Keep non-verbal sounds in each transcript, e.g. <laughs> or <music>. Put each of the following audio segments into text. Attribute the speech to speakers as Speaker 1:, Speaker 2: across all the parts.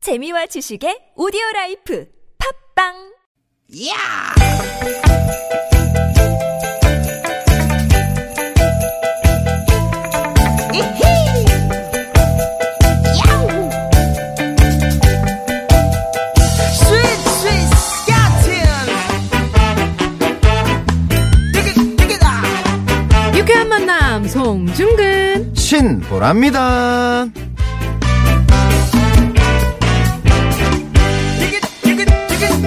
Speaker 1: 재미와 지식의 오디오 라이프 팝빵
Speaker 2: 야! 이히! 야우! 스윗 스윗 스캇틴! 띠깃 띠깃아!
Speaker 3: 유쾌한 만남 송중근
Speaker 4: 신보라입니다.
Speaker 2: 띠깃 띠깃 띠깃 띠깃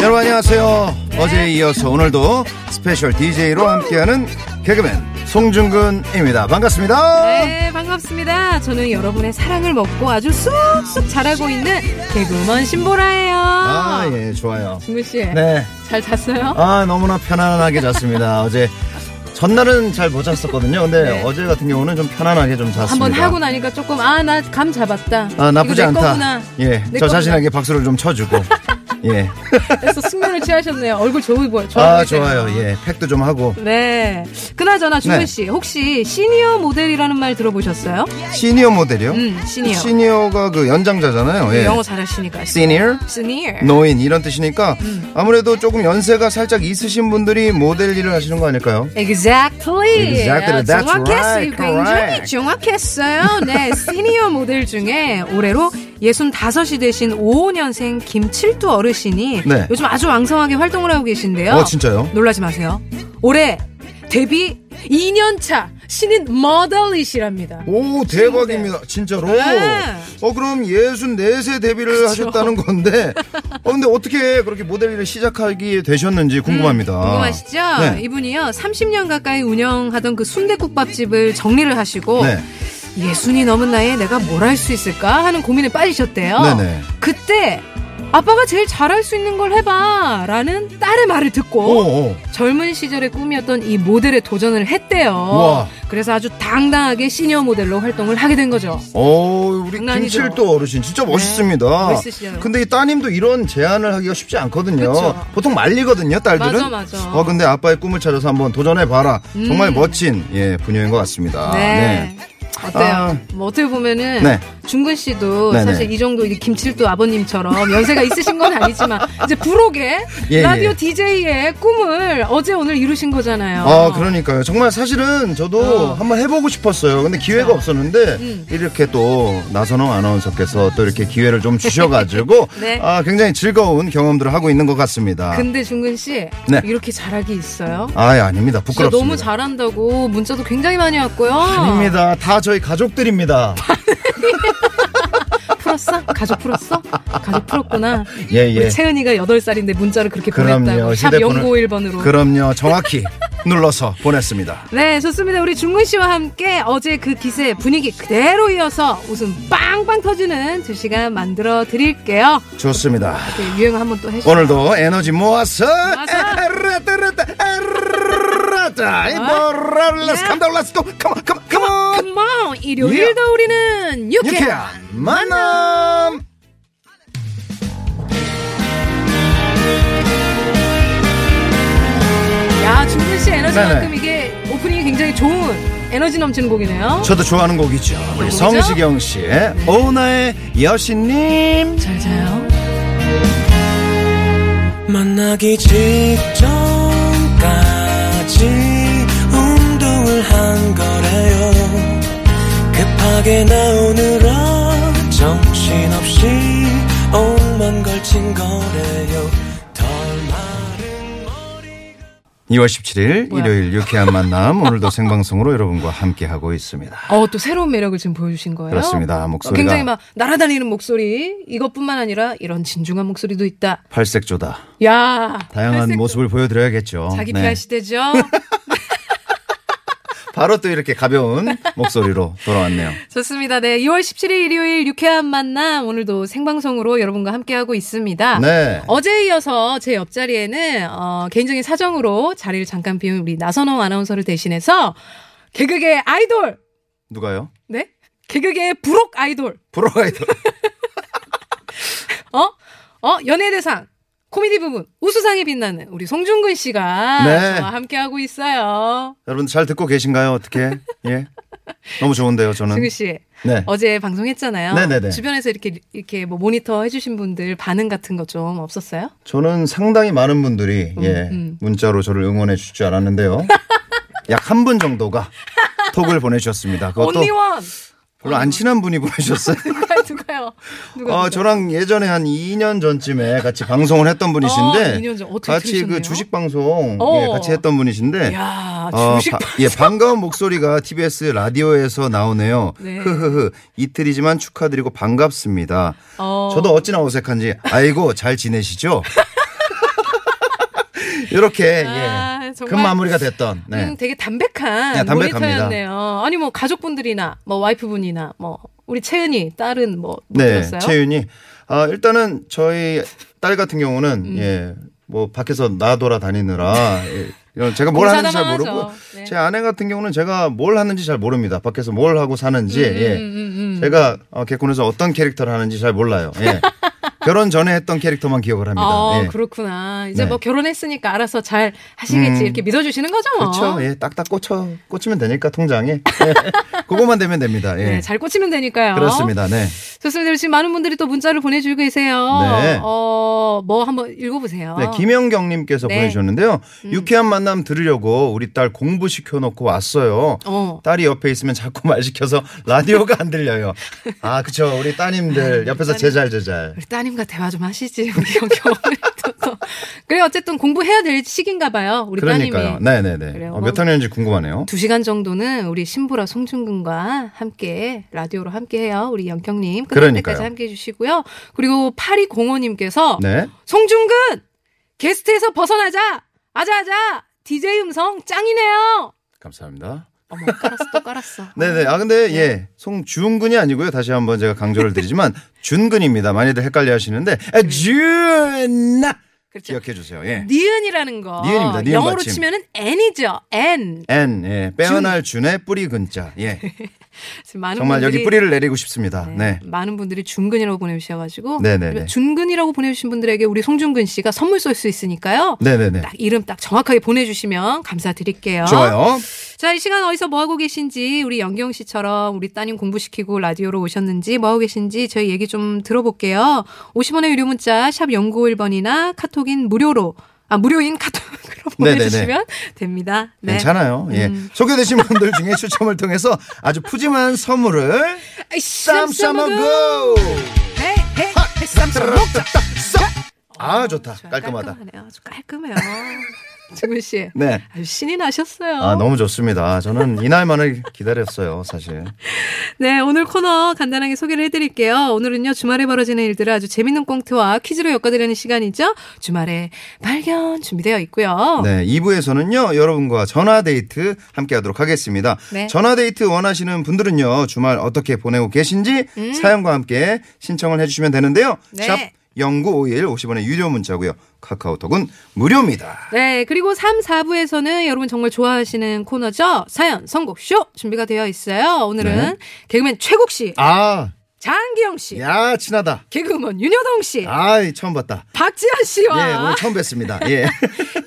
Speaker 4: 여러분 안녕하세요. 어제에 이어서 오늘도 스페셜 DJ로 함께하는 개그맨 송중근입니다. 반갑습니다.
Speaker 3: 네 반갑습니다 저는 여러분의 사랑을 먹고 아주 쑥쑥 자라고 있는 개그먼 신보라예요
Speaker 4: 아, 예, 좋아요.
Speaker 3: 중근씨
Speaker 4: 네.
Speaker 3: 잘 잤어요?
Speaker 4: 아, 너무나 편안하게 잤습니다. 어제 전날은 잘 못 잤었거든요. 근데
Speaker 3: 네.
Speaker 4: 어제 같은 경우는 좀 편안하게 좀 잤습니다.
Speaker 3: 한번 하고 나니까 조금 아 나 감 잡았다
Speaker 4: 아, 나쁘지
Speaker 3: 이거 내
Speaker 4: 않다.
Speaker 3: 거구나.
Speaker 4: 예.
Speaker 3: 내
Speaker 4: 저
Speaker 3: 거구나.
Speaker 4: 자신에게 박수를 좀
Speaker 3: <laughs>
Speaker 4: 쳐주고. 예.
Speaker 3: 그래서 숙면을 취하셨네요 얼굴 좋은 보여 좋아
Speaker 4: 아,
Speaker 3: 보이세요.
Speaker 4: 좋아요. 예. 팩도 좀 하고.
Speaker 3: 네 그나저나 중근씨 혹시 시니어 모델이라는 말 들어보셨어요?
Speaker 4: 시니어 모델이요?
Speaker 3: 음 시니어 네,
Speaker 4: 시니어가 그 연장자잖아요. 예.
Speaker 3: 영어 잘하시니까
Speaker 4: 시니어?
Speaker 3: 시니어
Speaker 4: 노인 이런 뜻이니까
Speaker 3: 음.
Speaker 4: 아무래도 조금 연세가 살짝 있으신 분들이 모델 일을 하시는 거 아닐까요?
Speaker 3: Exactly.
Speaker 4: Exactly. That's
Speaker 3: 정확했어요.
Speaker 4: right.
Speaker 3: 굉장히
Speaker 4: Correct.
Speaker 3: 정확했어요.
Speaker 4: <laughs>
Speaker 3: 네, 시니어 모델 중에 올해로 65이 되신 55년생 김칠두 어르신이
Speaker 4: 네.
Speaker 3: 요즘 아주 왕성하게 활동을 하고 계신데요.
Speaker 4: 어 진짜요?
Speaker 3: 놀라지 마세요. 올해 데뷔 2년 차 신인 모델이시랍니다.
Speaker 4: 오 대박입니다 진짜로
Speaker 3: 네.
Speaker 4: 어 그럼 64세 데뷔를 하셨다는 건데 어 근데 어떻게 그렇게 모델 일을 시작하게 되셨는지 궁금합니다
Speaker 3: 음, 궁금하시죠?
Speaker 4: 네.
Speaker 3: 이분이요, 30년 가까이 운영하던 그 순대국밥집을 정리를 하시고,
Speaker 4: 네.
Speaker 3: 예순이 넘은 나이에 내가 뭘 할 수 있을까 하는 고민에 빠지셨대요.
Speaker 4: 네네.
Speaker 3: 그때 아빠가 제일 잘할 수 있는 걸 해봐 라는 딸의 말을 듣고
Speaker 4: 오,
Speaker 3: 젊은 시절의 꿈이었던 이 모델에 도전을 했대요.
Speaker 4: 우와.
Speaker 3: 그래서 아주 당당하게 시니어 모델로 활동을 하게 된 거죠.
Speaker 4: 오. 어, 우리
Speaker 3: 장난이죠. 네.
Speaker 4: 김칠도 어르신 진짜 멋있습니다.
Speaker 3: 멋있으시죠?
Speaker 4: 근데 이 따님도 이런 제안을 하기가 쉽지 않거든요.
Speaker 3: 그쵸.
Speaker 4: 보통 말리거든요, 딸들은.
Speaker 3: 맞아, 맞아. 음.
Speaker 4: 어, 근데 아빠의 꿈을 찾아서 한번 도전해 봐라. 정말 멋진 예 분야인 것 같습니다.
Speaker 3: 네. 어때요?
Speaker 4: 아.
Speaker 3: 뭐 어떻게 보면은
Speaker 4: 네.
Speaker 3: 중근 씨도
Speaker 4: 네네.
Speaker 3: 사실 이 정도 이제 김칠도 아버님처럼 연세가 있으신 건 아니지만 이제 부록의
Speaker 4: <laughs> 예,
Speaker 3: 라디오
Speaker 4: 예.
Speaker 3: DJ의 꿈을 어제 오늘 이루신 거잖아요.
Speaker 4: 아, 그러니까요. 정말 사실은 저도
Speaker 3: 어.
Speaker 4: 한번 해보고 싶었어요. 근데 기회가 없었는데
Speaker 3: 음.
Speaker 4: 이렇게 또 나선홍 아나운서께서 또 이렇게 기회를 좀 주셔가지고
Speaker 3: 네.
Speaker 4: 아, 굉장히 즐거운 경험들을 하고 있는 것 같습니다.
Speaker 3: 근데 중근 씨
Speaker 4: 네.
Speaker 3: 이렇게 잘하기 있어요?
Speaker 4: 아, 예, 아닙니다.
Speaker 3: 진짜
Speaker 4: 부끄럽습니다.
Speaker 3: 너무 잘한다고 문자도 굉장히 많이 왔고요.
Speaker 4: 아닙니다. 다 저희 가족들입니다.
Speaker 3: 풀었어? 가족 풀었어? 가족 풀었구나.
Speaker 4: <laughs> 예, 예.
Speaker 3: 우리 채은이가 8살인데 문자를 그렇게
Speaker 4: 그럼요.
Speaker 3: 보냈다고. 샵
Speaker 4: 휴대폰을-
Speaker 3: 0951번으로.
Speaker 4: 그럼요. 정확히 눌러서 보냈습니다.
Speaker 3: 네, 좋습니다. 우리 중근 씨와 함께 어제 그 기세 분위기 그대로 이어서 웃음 빵빵 터지는 두 시간 만들어 드릴게요.
Speaker 4: 좋습니다.
Speaker 3: 네, 유행 한번 또 해주세요.
Speaker 4: 오늘도 에너지 모아서
Speaker 3: 모아서.
Speaker 4: 에라따라따 에라따 이보라라스 컴다 렛츠고 컴온 컴온 컴온
Speaker 3: 컴온! 뭐,
Speaker 4: 예.
Speaker 3: 일요일도 우리는 유쾌한
Speaker 4: 유쾌한 만남
Speaker 3: 야, 중근 씨 에너지만큼
Speaker 4: 네네.
Speaker 3: 이게 오프닝이 굉장히 좋은 에너지 넘치는 곡이네요.
Speaker 4: 저도 좋아하는 곡이죠 우리
Speaker 3: 곡이죠?
Speaker 4: 성시경 씨의 오나의 여신님
Speaker 3: 잘 자요.
Speaker 5: 만나기 직전까지 운동을 한 거래요 급하게 나 오늘은 정신없이 옷만 걸친 거래요 덜 마른 머리
Speaker 4: 2월 17일
Speaker 3: 뭐야?
Speaker 4: 일요일 유쾌한 만남 오늘도 생방송으로 여러분과 함께하고 있습니다
Speaker 3: 어, 또 새로운 매력을 지금 보여주신 거예요. 어,
Speaker 4: 그렇습니다. 목소리가-
Speaker 3: 굉장히 막 날아다니는 목소리. 이것뿐만 아니라 이런 진중한 목소리도 있다.
Speaker 4: 팔색조다
Speaker 3: 야
Speaker 4: 다양한 모습을 보여드려야겠죠
Speaker 3: 자기
Speaker 4: 네.
Speaker 3: 피할 시대죠.
Speaker 4: <laughs> 바로 또 이렇게
Speaker 3: <laughs>
Speaker 4: 가벼운 목소리로 돌아왔네요
Speaker 3: 좋습니다. 네. 2월 17일 일요일 유쾌한 만남. 오늘도 생방송으로 여러분과 함께하고 있습니다.
Speaker 4: 네
Speaker 3: 어제에 이어서 제 옆자리에는 어, 개인적인 사정으로 자리를 잠깐 비운 우리 나선호 아나운서를 대신해서 개그계의 아이돌,
Speaker 4: 누가요?
Speaker 3: 네? 개그계의 부록 아이돌,
Speaker 4: 브로아이돌
Speaker 3: 어? 어? 연예대상, 코미디 부분 우수상에 빛나는 우리 송중근 씨가
Speaker 4: 네.
Speaker 3: 저와 함께하고 있어요.
Speaker 4: 여러분 잘 듣고 계신가요? 어떻게? 예. 너무 좋은데요, 저는.
Speaker 3: 중근 씨.
Speaker 4: 네.
Speaker 3: 어제 방송했잖아요.
Speaker 4: 네네네.
Speaker 3: 주변에서 이렇게 이렇게 뭐 모니터 해주신 분들 반응 같은 거 좀 없었어요?
Speaker 4: 저는 상당히 많은 분들이
Speaker 3: 음,
Speaker 4: 예, 문자로 저를 응원해 주실 줄 알았는데요. <laughs> 약 한 분 정도가 톡을 보내주셨습니다. 그것도
Speaker 3: 언니원
Speaker 4: 별로 안 친한 분이
Speaker 3: <laughs>
Speaker 4: 보내주셨어요.
Speaker 3: 누가요? 누가요? 누가?
Speaker 4: 어, 저랑 예전에 한 2년 전쯤에 같이 방송을 했던
Speaker 3: 어,
Speaker 4: 분이신데
Speaker 3: 2년 전. 어떻게
Speaker 4: 같이
Speaker 3: 들으셨네요?
Speaker 4: 그 주식 방송
Speaker 3: 어.
Speaker 4: 예, 같이 했던 분이신데
Speaker 3: 야
Speaker 4: 어,
Speaker 3: 아, 주식
Speaker 4: 바- 예, 반가운 목소리가 TBS 라디오에서 나오네요.
Speaker 3: 네.
Speaker 4: 흐흐흐. 이틀이지만 축하드리고 반갑습니다.
Speaker 3: 어.
Speaker 4: 저도 어찌나 어색한지 아이고
Speaker 3: <laughs>
Speaker 4: 잘 지내시죠? 이렇게
Speaker 3: 아,
Speaker 4: 예. 큰
Speaker 3: 정말.
Speaker 4: 마무리가 됐던. 네.
Speaker 3: 음, 되게 담백한
Speaker 4: 네, 담백합니다.
Speaker 3: 모니터였네요. 아니 뭐 가족분들이나 뭐 와이프분이나 뭐 우리 채은이 딸은 뭐 못
Speaker 4: 네,
Speaker 3: 들었어요?
Speaker 4: 채윤이. 아, 일단은 저희 딸 같은 경우는
Speaker 3: 음.
Speaker 4: 예. 뭐 밖에서 나 돌아다니느라 예, 이런 제가 뭘 하는지 잘
Speaker 3: 공사당하죠.
Speaker 4: 모르고
Speaker 3: 네.
Speaker 4: 제 아내 같은 경우는 제가 뭘 하는지 잘 모릅니다. 밖에서 뭘 하고 사는지 예.
Speaker 3: 음, 음.
Speaker 4: 제가 어, 개콘에서 어떤 캐릭터를 하는지 잘 몰라요.
Speaker 3: <laughs>
Speaker 4: 예. 결혼 전에 했던 캐릭터만 기억을 합니다.
Speaker 3: 아,
Speaker 4: 예.
Speaker 3: 그렇구나. 이제
Speaker 4: 네. 음.
Speaker 3: 뭐 결혼했으니까 알아서 잘 하시겠지. 이렇게 믿어주시는 거죠, 뭐.
Speaker 4: 그렇죠. 예, 딱딱 꽂혀 꽂히면 되니까 통장에 예. 그거만 되면 됩니다. 예.
Speaker 3: 네, 잘 꽂히면 되니까요.
Speaker 4: 그렇습니다. 네.
Speaker 3: 좋습니다. 지금 많은 분들이 또 문자를 보내주고 계세요.
Speaker 4: 네.
Speaker 3: 어, 뭐 한번 읽어보세요.
Speaker 4: 네, 김영경님께서
Speaker 3: 네.
Speaker 4: 보내주셨는데요. 유쾌한 만남 들으려고 우리 딸 공부 시켜놓고 왔어요.
Speaker 3: 어.
Speaker 4: 딸이 옆에 있으면 자꾸 말 시켜서 라디오가 안 들려요. 아, 그쵸. 우리
Speaker 3: 아,
Speaker 4: 따님들 옆에서 제잘 제잘.
Speaker 3: 우리 따님과 대화 좀 하시지. 우리 <laughs> 여기 오늘 그래, 어쨌든 공부해야 될 시기인가 봐요. 우리
Speaker 4: 그러니까요.
Speaker 3: 따님이.
Speaker 4: 네네네.
Speaker 3: 그래요.
Speaker 4: 어, 몇 학년인지 궁금하네요.
Speaker 3: 두 시간 정도는 우리 신보라 송중근과 함께 라디오로 함께해요. 우리 영경님 끝날
Speaker 4: 그러니까요.
Speaker 3: 때까지 함께해 주시고요. 그리고 파리 공호님께서
Speaker 4: 네.
Speaker 3: 송중근 게스트에서 벗어나자 아자아자 DJ 음성 짱이네요.
Speaker 4: 감사합니다.
Speaker 3: 어머 깔았어 또 깔았어.
Speaker 4: <laughs> 네네. 아, 근데, 예. 송준근이 아니고요. 다시 한번 제가 강조를 드리지만, <laughs> 준근입니다. 많이들 헷갈려 하시는데, 아, 준나!
Speaker 3: 네. 그렇죠.
Speaker 4: 기억해 주세요. 예.
Speaker 3: 니은이라는 거
Speaker 4: 니은입니다. 니은
Speaker 3: 영어로
Speaker 4: 받침.
Speaker 3: 치면은 n이죠. n
Speaker 4: N, 예. 빼어날 준의 뿌리 근자. 예.
Speaker 3: 지금 많은
Speaker 4: 정말
Speaker 3: 분들이
Speaker 4: 여기 뿌리를 내리고 싶습니다. 네.
Speaker 3: 많은 분들이 준근이라고 보내주셔가지고
Speaker 4: 네네네.
Speaker 3: 준근이라고 보내주신 분들에게 우리 송준근 씨가 선물 쏠 수 있으니까요.
Speaker 4: 네네네.
Speaker 3: 딱 이름 딱 정확하게 보내주시면 감사드릴게요.
Speaker 4: 좋아요.
Speaker 3: 자, 이 시간 어디서 뭐 하고 계신지 우리 영경 씨처럼 우리 따님 공부시키고 라디오로 오셨는지 뭐 하고 계신지 저희 얘기 좀 들어볼게요. 50원의 유료 문자 샵 0951번이나 카톡인 무료로 아 무료인 카톡으로 <laughs>
Speaker 4: 네네네.
Speaker 3: 보내주시면 됩니다. 네.
Speaker 4: 괜찮아요. 예. 소개되신 분들 중에 <laughs> 추첨을 통해서 아주 푸짐한 선물을
Speaker 3: 아이,
Speaker 4: 쌈 싸먹고!
Speaker 3: 헤이, 헤이, 헤이, 쌈 싸먹고.
Speaker 4: 아, 좋다.
Speaker 3: 좋아요.
Speaker 4: 깔끔하다.
Speaker 3: 깔끔하네요. 아주 깔끔해요. <laughs> 중근 씨.
Speaker 4: 네.
Speaker 3: 아주 신이 나셨어요.
Speaker 4: 아, 너무 좋습니다. 저는 이날만을 기다렸어요, 사실.
Speaker 3: 네, 오늘 코너 간단하게 소개를 해드릴게요. 오늘은요, 주말에 벌어지는 일들을 아주 재밌는 꽁트와 퀴즈로 엮어드리는 시간이죠. 주말에 발견 준비되어 있고요.
Speaker 4: <laughs> 네, 2부에서는요, 여러분과 전화데이트 함께 하도록 하겠습니다.
Speaker 3: 네.
Speaker 4: 전화데이트 원하시는 분들은요, 주말 어떻게 보내고 계신지 사연과 함께 신청을 해주시면 되는데요.
Speaker 3: 음. 네.
Speaker 4: 샵 0951 50원의 유료 문자고요 카카오톡은 무료입니다.
Speaker 3: 네, 그리고 3, 4부에서는 여러분 정말 좋아하시는 코너죠. 사연, 선곡쇼 준비가 되어 있어요. 오늘은
Speaker 4: 네.
Speaker 3: 개그맨 최국 씨,
Speaker 4: 아,
Speaker 3: 장기영 씨,
Speaker 4: 야, 친하다.
Speaker 3: 개그우먼 윤여동 씨,
Speaker 4: 아이, 처음 봤다.
Speaker 3: 박지현
Speaker 4: 예, 오늘
Speaker 3: 씨와
Speaker 4: 처음 뵀습니다.
Speaker 3: <laughs>
Speaker 4: 예.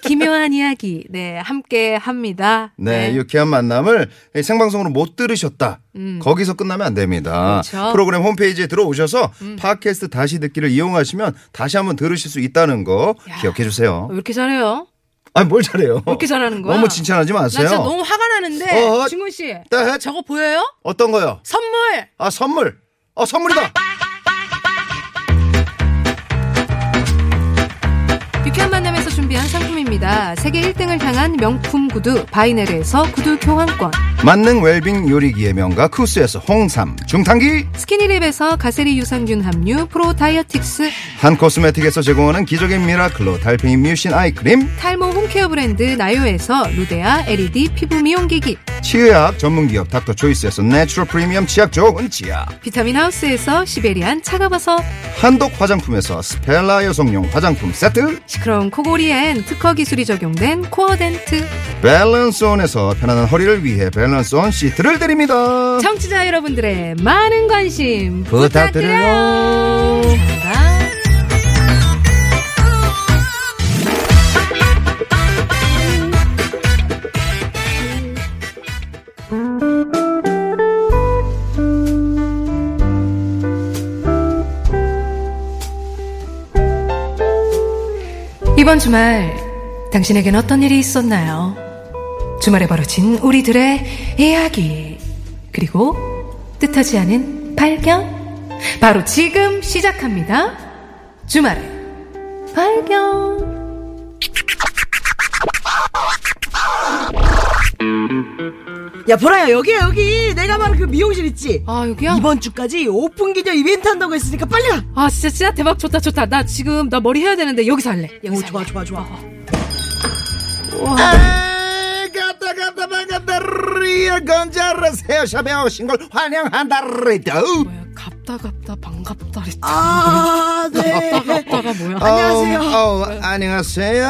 Speaker 3: 기묘한 이야기, 네, 함께 합니다.
Speaker 4: 네, 유쾌한 만남을 생방송으로 못 들으셨다. 거기서 끝나면 안 됩니다.
Speaker 3: 음. 그렇죠. 음.
Speaker 4: 프로그램 홈페이지에 들어오셔서 팟캐스트 다시 듣기를 이용하시면 다시 한번 들으실 수 있다는 거 기억해 주세요.
Speaker 3: 왜 이렇게 잘해요?
Speaker 4: 아니 뭘 잘해요?
Speaker 3: 왜 이렇게 잘하는 거야?
Speaker 4: 너무 칭찬하지
Speaker 3: 나 진짜
Speaker 4: 마세요.
Speaker 3: 너무 화가 나는데,
Speaker 4: 어,
Speaker 3: 중근 씨,
Speaker 4: 따-
Speaker 3: 저거 보여요?
Speaker 4: 어떤 거요?
Speaker 3: 선물!
Speaker 4: 아 선물. 아 선물이다.
Speaker 3: 유쾌한 만남에서 준비한 상품입니다. 세계 1등을 향한 명품 구두 바이네르에서 구두 교환권
Speaker 4: 만능 웰빙 요리기의 명가 쿠스에서 홍삼 중탕기
Speaker 3: 스키니랩에서 가세리 유산균 함유 프로 다이어틱스
Speaker 4: 한 코스메틱에서 제공하는 기적의 미라클로 달팽이 뮤신 아이크림
Speaker 3: 탈모 홈케어 브랜드 나요에서 루데아 LED 피부 미용기기
Speaker 4: 치의학 전문기업 닥터초이스에서 내추럴 프리미엄 치약 좋은 치약
Speaker 3: 비타민 하우스에서 시베리안 차가버섯
Speaker 4: 한독 화장품에서 스펠라 여성용 화장품 세트,
Speaker 3: 시끄러운 코골이엔 특허 기술이 적용된 코어 덴트
Speaker 4: 밸런스온에서 편안한 허리를 위해 밸런스온 시트를 드립니다.
Speaker 3: 청취자 여러분들의 많은 관심
Speaker 4: 부탁드려요.
Speaker 3: 부탁드려요. 감사합니다. 이번 주말 당신에겐 어떤 일이 있었나요? 주말에 벌어진 우리들의 이야기 그리고 뜻하지 않은 발견 바로 지금 시작합니다. 주말에 발견
Speaker 2: 야 보라야 여기야 여기 내가 말한 그 미용실 있지
Speaker 3: 아 여기야?
Speaker 2: 이번 주까지 오픈 기념 이벤트 한다고 했으니까 빨리 와
Speaker 3: 아 진짜 진짜 대박 좋다 좋다 나 지금 나 머리 해야 되는데 여기서 할래
Speaker 2: 오,
Speaker 3: 여기서
Speaker 2: 좋아 좋아 좋아
Speaker 4: 에이, 갔다 갔다 아, 반갑다 리얼 건자라 세샤베어 신걸 환영한다 어, 리더
Speaker 3: 뭐야 갑다 갑다 반갑다 그랬지
Speaker 2: 아. 아네
Speaker 3: 갑다가 뭐야
Speaker 2: 안녕하세요.
Speaker 4: 어, 안녕하세요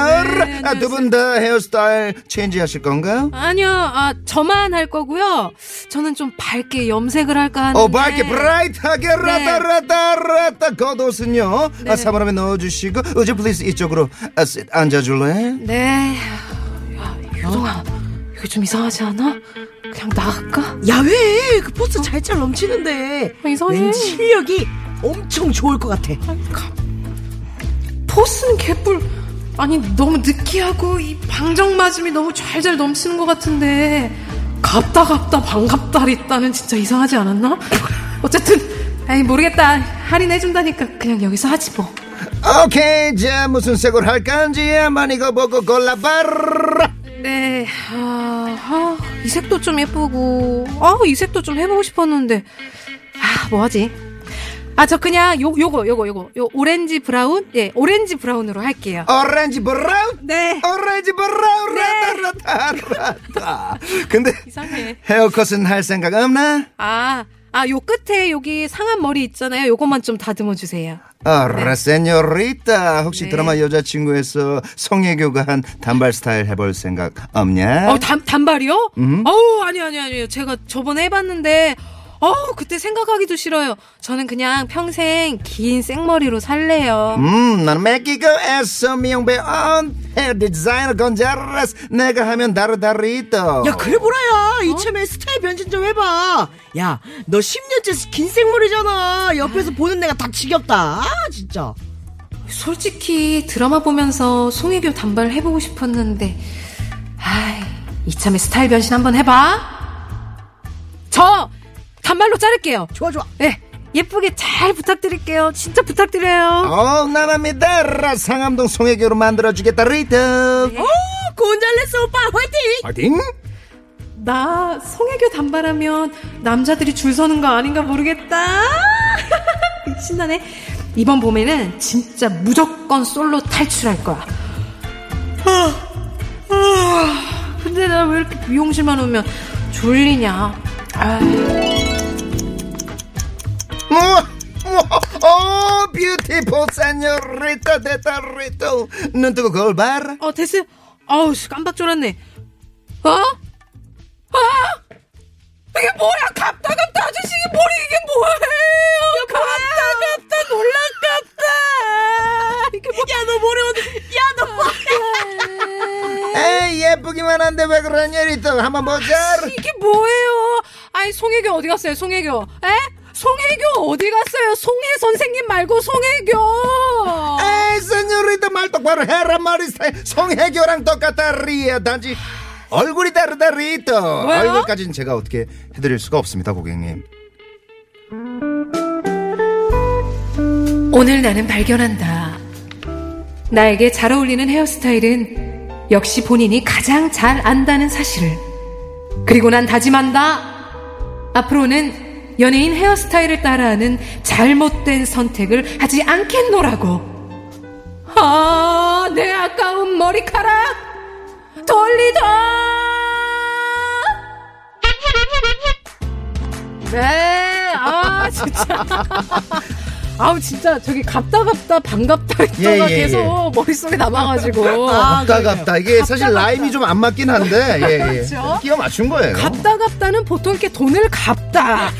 Speaker 4: 아,
Speaker 3: 네,
Speaker 4: 두 분 다 헤어스타일 체인지 하실 건가요?
Speaker 3: 아니요 아 저만 할 거고요 저는 좀 밝게 염색을 할까 하는데
Speaker 2: 네.
Speaker 4: 어 밝게 브라이트하게 라다라다라다 겉옷은요
Speaker 2: 네.
Speaker 4: 아, 사물함에 넣어주시고 Would you please 이쪽으로 아, sit, 앉아줄래?
Speaker 3: 네 야, 유동아 이거 좀 이상하지 않아? 그냥 나갈까?
Speaker 2: 야왜 그 포스 잘 잘 넘치는데
Speaker 3: 아, 이상해.
Speaker 2: 왠지 실력이 엄청 좋을 것 같아
Speaker 3: 포스는 개뿔 아니 너무 느끼하고 이 방정맞음이 너무 잘잘 넘치는 것 같은데 갑다 갑다 반갑다 했다는 진짜 이상하지 않았나? 어쨌든 아니 모르겠다 할인해준다니까 그냥 여기서 하지 뭐
Speaker 4: 오케이 자 무슨 색으로 할 건지 한번 이거 보고 골라봐라
Speaker 3: 네, 아, 아, 이 색도 좀 예쁘고, 아, 이 색도 좀 해보고 싶었는데, 아, 뭐하지? 아, 저 그냥 요, 요거, 요거, 요거, 요 오렌지 브라운? 예, 오렌지 브라운으로 할게요.
Speaker 4: 오렌지 브라운
Speaker 3: 네.
Speaker 4: 오렌지 브라운 라다라다라다 근데
Speaker 3: 이상해.
Speaker 4: 헤어컷은 할 생각 없나?
Speaker 3: 아, 아, 요 끝에 여기 상한 머리 있잖아요. 요것만 좀 다듬어 주세요.
Speaker 4: 어라 세뇨리타 혹시
Speaker 3: 네.
Speaker 4: 드라마 여자친구에서 성혜교가 한 단발 스타일 해볼 생각 없냐?
Speaker 3: 어, 단, 단발이요? 어우, 아니, 아니, 아니요. 제가 저번에 해봤는데, 어우, 그때 생각하기도 싫어요. 저는 그냥 평생 긴 생머리로 살래요.
Speaker 4: 음, 나는 멕시코 에서 미용배 온 헤어 디자이너 건자라스 내가 하면 다르다리또
Speaker 2: 야 그래 보라야 이참에 스타일 변신 좀 해봐 야 너 10년째 긴 생머리잖아 옆에서 보는 내가 다 지겹다 아 진짜
Speaker 3: 솔직히 드라마 보면서 송혜교 단발 해보고 싶었는데, 아이, 이참에 스타일 변신 한번 해봐. 저 단발로 자를게요.
Speaker 2: 좋아 좋아
Speaker 3: 네, 예쁘게 잘 부탁드릴게요. 진짜 부탁드려요.
Speaker 4: 어, 나랍니다 상암동 송혜교로 만들어주겠다 리또
Speaker 2: 네. 오 곤잘레스 오빠 화이팅
Speaker 4: 파이팅
Speaker 3: 나 송혜교 단발하면 남자들이 줄 서는 거 아닌가 모르겠다. <laughs> 신나네. 이번 봄에는 진짜 무조건 솔로 탈출할 거야. 아, 아, 근데 나 왜 이렇게 미용실만 오면 졸리냐? 아,
Speaker 4: 우와, 우와, 어, 뷰티풀 세뇨리타 됐다 리또 눈 뜨고 거울 봐라
Speaker 3: 어 됐어. 아우 씨, 깜빡 졸았네. 어? 아! 이게 뭐야? 갑다 갑다 아저씨 이게 머리 이게 뭐예요? 갑다 갑다 놀란 갑다. 이게 뭐? 야너 머리 어디? 야너 머리.
Speaker 4: 에이 예쁘기만 한데 왜 그러냐 리또 한번 보자
Speaker 3: 아, 이게 뭐예요? 아니 송혜교 어디 갔어요? 송혜교? 에? 송혜교 어디 갔어요? 송혜 선생님 말고 송혜교.
Speaker 4: 에이 세뇨리타 말 똑바로 해라 말이 세- 송혜교랑 똑같다 리야 단지 얼굴이 다르다 리또
Speaker 3: 뭐요?
Speaker 4: 얼굴까지는 제가 어떻게 해드릴 수가 없습니다 고객님
Speaker 3: 오늘 나는 발견한다. 나에게 잘 어울리는 헤어스타일은 역시 본인이 가장 잘 안다는 사실을. 그리고 난 다짐한다. 앞으로는 연예인 헤어스타일을 따라하는 잘못된 선택을 하지 않겠노라고. 아, 내 아까운 머리카락 돌리다. 네, 아 진짜. <laughs> 아우 진짜 저기 갑다 갑다 반갑다 했다가
Speaker 4: 예, 예,
Speaker 3: 계속
Speaker 4: 예.
Speaker 3: 어, 머릿속에 남아가지고
Speaker 4: <laughs> 갑다 갑다 이게 사실 라임이 좀 안 맞긴 한데 예, 예.
Speaker 3: 그렇죠?
Speaker 4: 끼워 맞춘 거예요
Speaker 3: 갑다 갑다는 보통 이렇게 돈을
Speaker 4: <laughs>
Speaker 3: 갚다.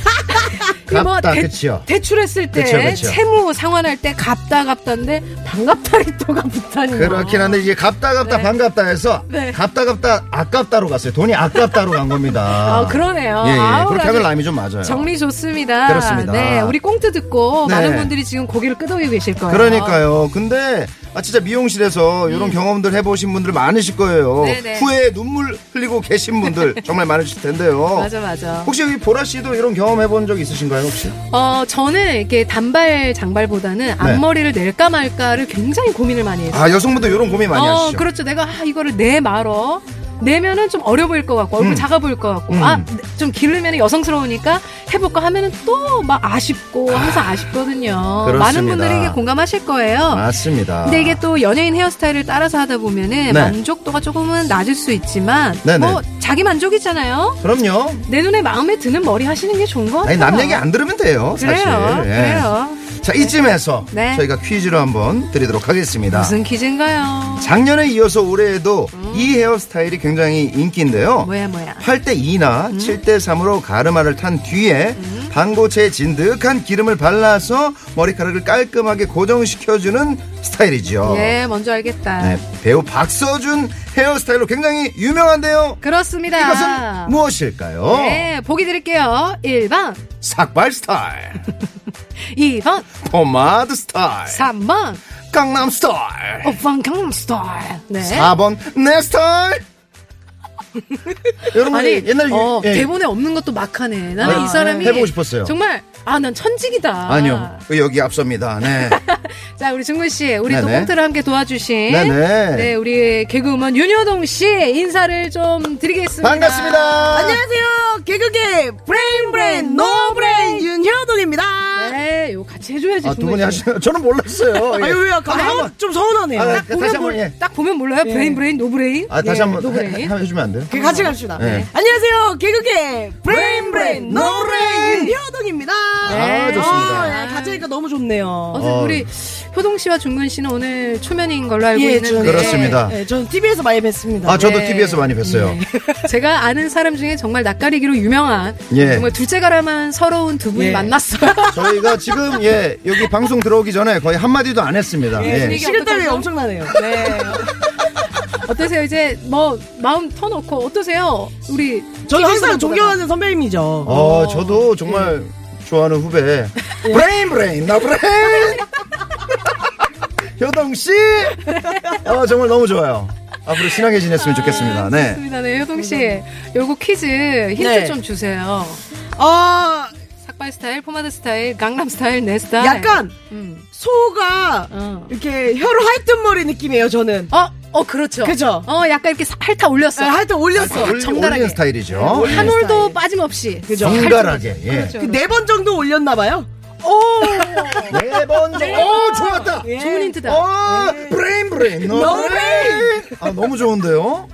Speaker 3: 이거 뭐
Speaker 4: 갚다, 그치요.
Speaker 3: 대출했을 때
Speaker 4: 그쵸, 그쵸.
Speaker 3: 채무 상환할 때 갑다 갑다인데 반갑다리 <laughs> 또가 붙다니.
Speaker 4: 그렇긴 한데 이제 갑다 갑다 반갑다 해서
Speaker 3: 네.
Speaker 4: 갑다 갑다 아깝다로 갔어요 돈이 아깝다로 간 겁니다
Speaker 3: 아, 그러네요.
Speaker 4: 예, 예.
Speaker 3: 아우,
Speaker 4: 그렇게
Speaker 3: 아주
Speaker 4: 하면 라임이 좀 맞아요
Speaker 3: 정리 좋습니다.
Speaker 4: 그렇습니다.
Speaker 3: 네, 우리 꽁트 듣고
Speaker 4: 네.
Speaker 3: 많은 분들이 지금 고개를 끄덕이고 계실 거예요. 음.
Speaker 4: 그러니까요. 근데 아, 진짜 미용실에서 이런 경험들 해보신 분들 많으실 거예요.
Speaker 3: 네네.
Speaker 4: 후에 눈물 흘리고 계신 분들
Speaker 3: <laughs>
Speaker 4: 정말 많으실 텐데요.
Speaker 3: 맞아 맞아.
Speaker 4: 혹시 여기 보라 씨도 이런 경험 해본 적 있으신가요, 혹시?
Speaker 3: 어 저는 이렇게 단발
Speaker 4: 네.
Speaker 3: 장발보다는 앞머리를 낼까 말까를 굉장히 고민을 많이 했어요.
Speaker 4: 아, 여성분들 이런 고민 많이
Speaker 3: 어,
Speaker 4: 하시죠?
Speaker 3: 그렇죠. 내가 아, 이거를 내 말어. 내면은 좀 어려 보일 것 같고 얼굴
Speaker 4: 음.
Speaker 3: 작아 보일 것 같고
Speaker 4: 음.
Speaker 3: 아 좀 기르면 여성스러우니까 해볼까 하면은 또 막 아쉽고 항상 아쉽거든요.
Speaker 4: 그렇습니다. 아.
Speaker 3: 많은 분들이 이게 공감하실 거예요.
Speaker 4: 맞습니다.
Speaker 3: 근데 이게 또 연예인 헤어스타일을 따라서 하다 보면은
Speaker 4: 네.
Speaker 3: 만족도가 조금은 낮을 수 있지만
Speaker 4: 네네.
Speaker 3: 뭐 자기 만족이잖아요.
Speaker 4: 그럼요.
Speaker 3: 내 눈에 마음에 드는 머리 하시는 게 좋은 거 같아요.
Speaker 4: 아니, 남 얘기 안 들으면 돼요,
Speaker 3: 그래요.
Speaker 4: 사실. 예.
Speaker 3: 그래요.
Speaker 4: 자, 이쯤에서
Speaker 3: 네.
Speaker 4: 저희가 퀴즈를 한번 드리도록 하겠습니다.
Speaker 3: 무슨 퀴즈인가요?
Speaker 4: 작년에 이어서 올해에도 이 헤어스타일이 굉장히 인기인데요.
Speaker 3: 뭐야 음? 뭐야.
Speaker 4: 8대 2나 7대 3으로 가르마를 탄 뒤에
Speaker 3: 음?
Speaker 4: 방고체에 진득한 기름을 발라서 머리카락을 깔끔하게 고정시켜주는 스타일이죠.
Speaker 3: 예, 먼저 알겠다.
Speaker 4: 어. 네, 배우 박서준 헤어스타일로 굉장히 유명한데요.
Speaker 3: 그렇습니다.
Speaker 4: 이것은 무엇일까요?
Speaker 3: 네, 보기 드릴게요. 1번,
Speaker 4: 삭발 스타일,
Speaker 3: 2번,
Speaker 4: 포마드 스타일,
Speaker 3: 3번,
Speaker 4: 강남 스타일,
Speaker 3: 오빤 강스타일. 네.
Speaker 4: 4번 내 스타일. 여러분
Speaker 3: 아니,
Speaker 4: 옛날
Speaker 3: 어,
Speaker 4: 예.
Speaker 3: 대본에 없는 것도 막하네. 나는
Speaker 4: 아,
Speaker 3: 이 사람이
Speaker 4: 해보고 싶었어요.
Speaker 3: 정말 아, 난 천직이다.
Speaker 4: 아니요 여기 앞섭니다. 네.
Speaker 3: <laughs> 자, 우리 중근 씨, 우리 또
Speaker 4: 네네.
Speaker 3: 꽁트를 함께 도와주신
Speaker 4: 네네.
Speaker 3: 네, 우리 개그우먼 윤효동 씨 인사를 좀 드리겠습니다.
Speaker 4: 반갑습니다.
Speaker 2: 안녕하세요. 개그계 브레인 브레인 노 브레인 윤효동입니다.
Speaker 3: 네, 이거 같이 해줘야지.
Speaker 4: 아, 두
Speaker 3: 중근
Speaker 4: 분이
Speaker 3: 씨. <laughs>
Speaker 4: 하시는 저는 몰랐어요. 예.
Speaker 2: 아유 왜요? 아,
Speaker 4: 한번.
Speaker 2: 좀 서운하네요.
Speaker 4: 아,
Speaker 2: 딱
Speaker 4: 다시 한번 예.
Speaker 3: 딱 보면 몰라요. 브레인, 브레인, 노브레인.
Speaker 4: 아, 다시
Speaker 3: 예,
Speaker 4: 한번 해-
Speaker 3: 노브레인.
Speaker 4: 해- 해주면 안 돼요?
Speaker 2: 그 같이 갑시다.
Speaker 4: 네.
Speaker 2: 안녕하세요. 개그계 브레인 브레인 노 브레인
Speaker 4: 노브레인.
Speaker 2: 윤효동입니다.
Speaker 4: 아, 좋습니다.
Speaker 2: 아, 예, 같이 하니까 너무 좋네요.
Speaker 3: 어제
Speaker 4: 어.
Speaker 3: 우리 효동 씨와 중근 씨는 오늘 초면인 걸로 알고
Speaker 2: 예,
Speaker 3: 있는데
Speaker 2: 저는-
Speaker 4: 그렇습니다.
Speaker 2: 예, 저는 TV에서 많이 뵀습니다.
Speaker 4: 아, 저도
Speaker 3: 네.
Speaker 4: TV에서 많이 뵀어요.
Speaker 3: <laughs> 제가 아는 사람 중에 정말 낯가리기로 유명한
Speaker 4: 예.
Speaker 3: 정말 둘째 가라만 서러운 두 분이
Speaker 2: 예.
Speaker 3: 만났어요. <laughs>
Speaker 4: 저희가 지금 예 여기 방송 들어오기 전에 거의 한 마디도 안 했습니다. 예.
Speaker 3: 네, 분위기
Speaker 2: 식은땀이
Speaker 3: 어떡하죠?
Speaker 2: <laughs> 엄청나네요.
Speaker 3: 네. 어떠세요? 이제 뭐 마음 터놓고 어떠세요? 우리
Speaker 2: 저는
Speaker 3: TV
Speaker 2: 항상
Speaker 3: 사람보다.
Speaker 2: 존경하는 선배님이죠.
Speaker 4: 어, 저도 정말 좋아하는 후배 브레인 브레인 나 브레인 <laughs> 효동 씨, 아 정말 너무 좋아요. 앞으로 친하게 지냈으면 좋겠습니다. 네.
Speaker 3: 좋습니다. 네, 효동 씨. 요거 퀴즈 힌트
Speaker 2: 네.
Speaker 3: 좀 주세요.
Speaker 2: 아,
Speaker 3: 삭발 스타일, 포마드 스타일, 강남 스타일, 내 스타일.
Speaker 2: 약간
Speaker 3: 음.
Speaker 2: 소가
Speaker 3: 어.
Speaker 2: 이렇게 혀로 하이튼 머리 느낌이에요. 저는.
Speaker 3: 어, 어 그렇죠.
Speaker 2: 그죠?
Speaker 3: 어, 약간 이렇게 사- 핥아 올렸어.
Speaker 2: 네, 하여튼 올렸어.
Speaker 4: 아, 올리-
Speaker 3: 정갈하게.
Speaker 4: 올리는 스타일이죠. 예.
Speaker 3: 한 올도
Speaker 2: 스타일.
Speaker 3: 빠짐없이.
Speaker 2: 그죠?
Speaker 4: 정갈하게. 예.
Speaker 3: 그렇죠.
Speaker 2: 네 번 정도 올렸나 봐요. 오!
Speaker 4: 네 번째. 오, 좋았다.
Speaker 2: 예.
Speaker 3: 네. 좋은 힌트다.
Speaker 4: 어, 브레인 브레인. 너
Speaker 2: 브레인.
Speaker 4: 아, 너무 좋은데요?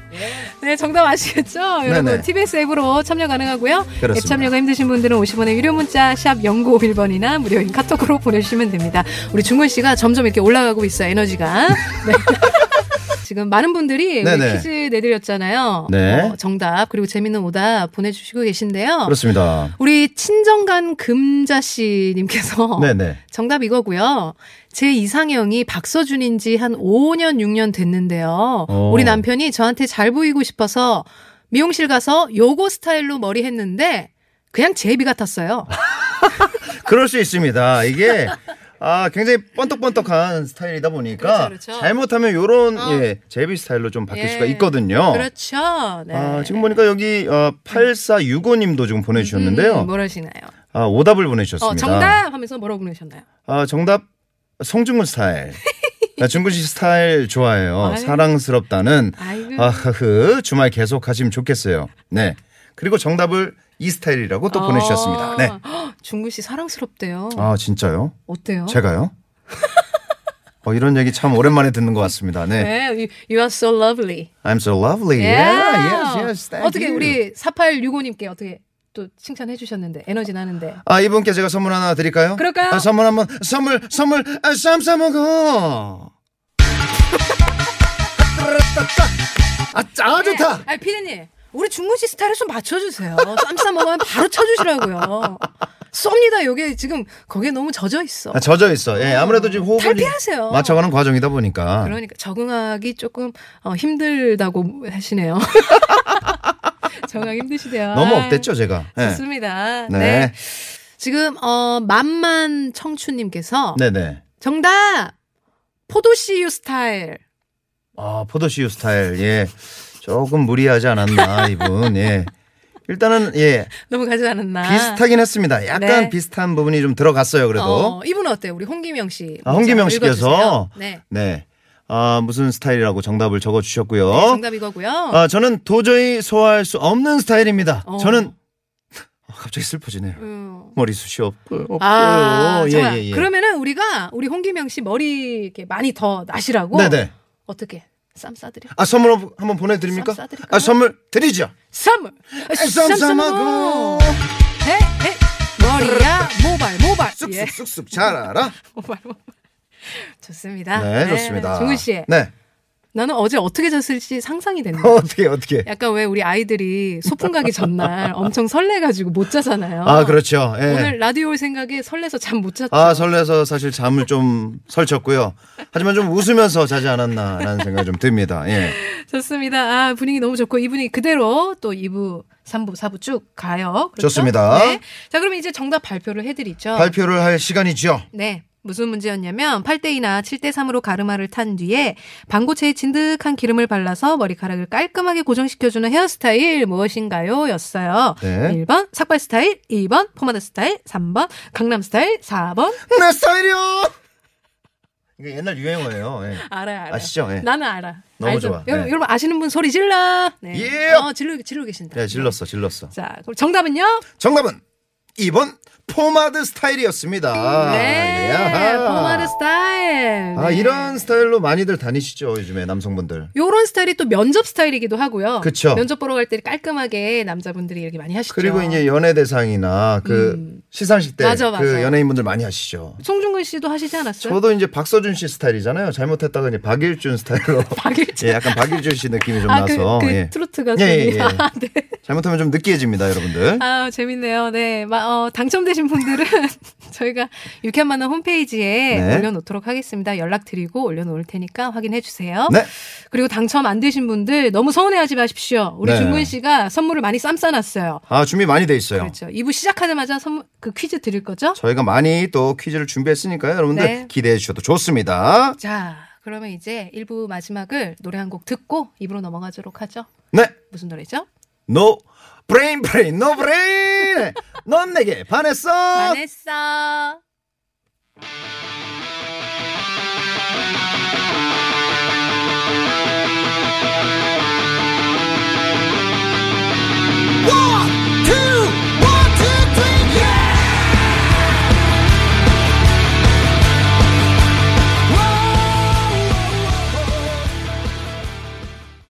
Speaker 3: 네, 정답 아시겠죠? 여러분, TBS 앱으로 참여 가능하고요.
Speaker 4: 그렇습니다.
Speaker 3: 앱 참여가 힘드신 분들은 50원의 유료 문자 샵 0951번이나 무료인 카톡으로 보내주시면 됩니다. 우리 중근 씨가 점점 이렇게 올라가고 있어요, 에너지가. <laughs> 네. 지금 많은 분들이 우리
Speaker 4: 네네.
Speaker 3: 퀴즈 내드렸잖아요.
Speaker 4: 네.
Speaker 3: 어, 정답 그리고 재밌는 오답 보내주시고 계신데요.
Speaker 4: 그렇습니다.
Speaker 3: 우리 친정간 금자 씨님께서
Speaker 4: 네네.
Speaker 3: 정답 이거고요. 제 이상형이 박서준인지 한 5년 6년 됐는데요.
Speaker 4: 어.
Speaker 3: 우리 남편이 저한테 잘 보이고 싶어서 미용실 가서 요거 스타일로 머리 했는데 그냥 제비 같았어요.
Speaker 4: 그럴 수 있습니다. 이게. 아, 굉장히 번떡번떡한 스타일이다 보니까
Speaker 3: 그렇죠, 그렇죠.
Speaker 4: 잘못하면 요런 예, 제비 스타일로 좀 바뀔
Speaker 3: 예.
Speaker 4: 수가 있거든요.
Speaker 3: 그렇죠. 네.
Speaker 4: 어. 아, 지금 보니까 여기 어, 8465 님도 지금 보내 주셨는데요.
Speaker 3: 음, 뭐라시나요?
Speaker 4: 아, 오답을 보내 주셨습니다.
Speaker 3: 어, 정답 하면서 뭐라고 보내셨나요?
Speaker 4: 아, 정답 송중근
Speaker 3: <laughs>
Speaker 4: 스타일. 나 중근 씨 스타일 좋아해요.
Speaker 3: 아유.
Speaker 4: 사랑스럽다는
Speaker 3: 아이고.
Speaker 4: 아, 흐흐. 주말 계속 하시면 좋겠어요. 네. 그리고 정답을 이 스타일이라고
Speaker 3: 어.
Speaker 4: 또 보내주셨습니다. 네.
Speaker 3: 아. 중근 씨 사랑스럽대요.
Speaker 4: 아, 진짜요?
Speaker 3: 어때요?
Speaker 4: 제가요? 어, 이런 얘기 참 오랜만에 듣는 것 같습니다. 네.
Speaker 3: 네, you- you are so lovely.
Speaker 4: I'm so lovely.
Speaker 3: 예.
Speaker 4: Yeah, yes, yes. Thank
Speaker 3: 어떻게
Speaker 4: you.
Speaker 3: 우리 4865님께 어떻게 또 칭찬해 주셨는데 에너지 나는데.
Speaker 4: 아, 이분께 제가 선물 하나 드릴까요?
Speaker 3: 그럴까요?
Speaker 4: 아, 선물 한번, 선물, 선물, 아, 쌈싸 먹어! 아, 아, 좋다!
Speaker 3: 아, 피디님. 우리 중근 씨 스타일을 좀 맞춰주세요. 쌈싸 먹으면 바로 쳐주시라고요. 쏩니다. 요게 지금 거기에 너무 젖어 있어.
Speaker 4: 아, 젖어 있어. 예, 아무래도 지금 호흡을
Speaker 3: 탈피하세요.
Speaker 4: 맞춰가는 과정이다 보니까.
Speaker 3: 그러니까 적응하기 조금 어, 힘들다고 하시네요. <laughs> 적응하기 힘드시대요.
Speaker 4: 너무
Speaker 3: 아,
Speaker 4: 업됐죠, 제가. 예.
Speaker 3: 좋습니다. 네.
Speaker 4: 네. 네. 네.
Speaker 3: 지금 어, 만만 청춘님께서
Speaker 4: 네네.
Speaker 3: 정답 포도씨유 스타일.
Speaker 4: 아, 포도씨유 스타일. 예. 조금 무리하지 않았나, 이분. 예. 일단은, 예.
Speaker 3: 너무 가지 않았나?
Speaker 4: 비슷하긴 했습니다. 약간
Speaker 3: 아. 네.
Speaker 4: 비슷한 부분이 좀 들어갔어요, 그래도.
Speaker 3: 어, 이분은 어때요? 우리 홍기명 씨.
Speaker 4: 아, 홍기명
Speaker 3: 문자
Speaker 4: 씨께서.
Speaker 3: 읽어주세요. 네.
Speaker 4: 네. 아, 무슨 스타일이라고 정답을 적어 주셨고요.
Speaker 3: 네, 정답 이거고요.
Speaker 4: 아, 저는 도저히 소화할 수 없는 스타일입니다.
Speaker 3: 어.
Speaker 4: 저는 <laughs> 아, 갑자기 슬퍼지네요.
Speaker 3: 음.
Speaker 4: 머리숱이 없고요. 없고요.
Speaker 3: 아,
Speaker 4: 예,
Speaker 3: 정말.
Speaker 4: 예, 예.
Speaker 3: 그러면은 우리가 우리 홍기명 씨 머리 이렇게 많이 더 나시라고
Speaker 4: 네네.
Speaker 3: 어떻게 쌈 싸드려?
Speaker 4: 아, 선물 한- 한번 보내드립니까?
Speaker 3: 쌈 싸드릴까요?
Speaker 4: 아, 선물 드리죠.
Speaker 3: 쌈을
Speaker 4: 쌈 싸먹어.
Speaker 3: 헤헤 머리야 모발 모발 예.
Speaker 4: 쑥쑥 쑥쑥 잘 알아.
Speaker 3: 모발 모발 좋습니다.
Speaker 4: 네, 좋습니다.
Speaker 3: 종훈 아, 씨,
Speaker 4: 네. <laughs>
Speaker 3: 나는 어제 어떻게 잤을지 상상이 된다.
Speaker 4: 어떻게 예. 어떻게.
Speaker 3: 약간 왜 우리 아이들이 소풍 가기 전날 엄청 설레가지고 못 자잖아요.
Speaker 4: 아, 그렇죠. 예.
Speaker 3: 오늘 라디오 올 생각에 설레서 잠 못 잤죠.
Speaker 4: 아, 설레서 사실 잠을 좀 설쳤고요. 하지만 좀 웃으면서 자지 않았나라는 생각이 좀 듭니다. 예.
Speaker 3: 좋습니다. 아, 분위기 너무 좋고 이분이 그대로 또 2부, 3부, 4부 쭉 가요. 그렇죠?
Speaker 4: 좋습니다.
Speaker 3: 네. 자, 그러면 이제 정답 발표를 해드리죠.
Speaker 4: 발표를 할 시간이죠.
Speaker 3: 네. 무슨 문제였냐면 8대2나 7대3으로 가르마를 탄 뒤에 방고체에 진득한 기름을 발라서 머리카락을 깔끔하게 고정시켜주는 헤어스타일 무엇인가요? 였어요.
Speaker 4: 네.
Speaker 3: 1번 삭발 스타일, 2번 포마드 스타일, 3번 강남 스타일, 4번
Speaker 4: 내 스타일이요. 이거 옛날 유행어예요. 예.
Speaker 3: 알아요, 알아요.
Speaker 4: 아시죠? 예.
Speaker 3: 나는 알아.
Speaker 4: 너무
Speaker 3: 알죠?
Speaker 4: 좋아.
Speaker 3: 여러분,
Speaker 4: 네.
Speaker 3: 여러분 아시는 분 소리 질러. 네.
Speaker 4: 예.
Speaker 3: 어, 질러 질러 계신다.
Speaker 4: 네, 질렀어, 질렀어.
Speaker 3: 자, 그럼 정답은요?
Speaker 4: 정답은 2번 포마드 스타일이었습니다.
Speaker 3: 네.
Speaker 4: 아, 야하.
Speaker 3: 포마드 스타일.
Speaker 4: 아,
Speaker 3: 네.
Speaker 4: 이런 스타일로 많이들 다니시죠, 요즘에 남성분들.
Speaker 3: 요런 스타일이 또 면접 스타일이기도 하고요.
Speaker 4: 그쵸.
Speaker 3: 면접 보러 갈 때 깔끔하게 남자분들이 이렇게 많이 하시죠. 음.
Speaker 4: 그리고 이제 연애 대상이나 그 시상식 때
Speaker 3: 맞아, 맞아.
Speaker 4: 그 연예인분들 많이 하시죠.
Speaker 3: 송중근 씨도 하시지 않았어요?
Speaker 4: 저도 이제 박서준 씨 스타일이잖아요. 잘못했다가 이제 박일준 스타일로.
Speaker 3: <laughs> <laughs> 박일준.
Speaker 4: 예, 약간 박일준 씨 느낌이 좀
Speaker 3: 아, 그,
Speaker 4: 나서.
Speaker 3: 그
Speaker 4: 예.
Speaker 3: 트로트 가수.
Speaker 4: 예, 예, 예.
Speaker 3: 아, 네.
Speaker 4: 잘못하면 좀 느끼해집니다, 여러분들.
Speaker 3: 아, 재밌네요. 네. 마, 어, 당첨되신 분들은 <laughs> 저희가 유쾌한 만남 홈페이지에
Speaker 4: 네.
Speaker 3: 올려놓도록 하겠습니다. 연락드리고 올려놓을 테니까 확인해 주세요.
Speaker 4: 네.
Speaker 3: 그리고 당첨 안 되신 분들 너무 서운해하지 마십시오. 우리
Speaker 4: 네.
Speaker 3: 중근 씨가 선물을 많이 쌈싸놨어요.
Speaker 4: 아, 준비 많이 돼 있어요.
Speaker 3: 그렇죠. 2부 시작하자마자 선물, 그 퀴즈 드릴 거죠?
Speaker 4: 저희가 많이 또 퀴즈를 준비했으니까요, 여러분들
Speaker 3: 네.
Speaker 4: 기대해 주셔도 좋습니다.
Speaker 3: 자, 그러면 이제 1부 마지막을 노래 한 곡 듣고 2부로 넘어가도록 하죠.
Speaker 4: 네.
Speaker 3: 무슨 노래죠?
Speaker 4: 노 브레인 브레인 노 네. 브레인. 넌 내게 반했어.
Speaker 3: 반했어.
Speaker 4: 네,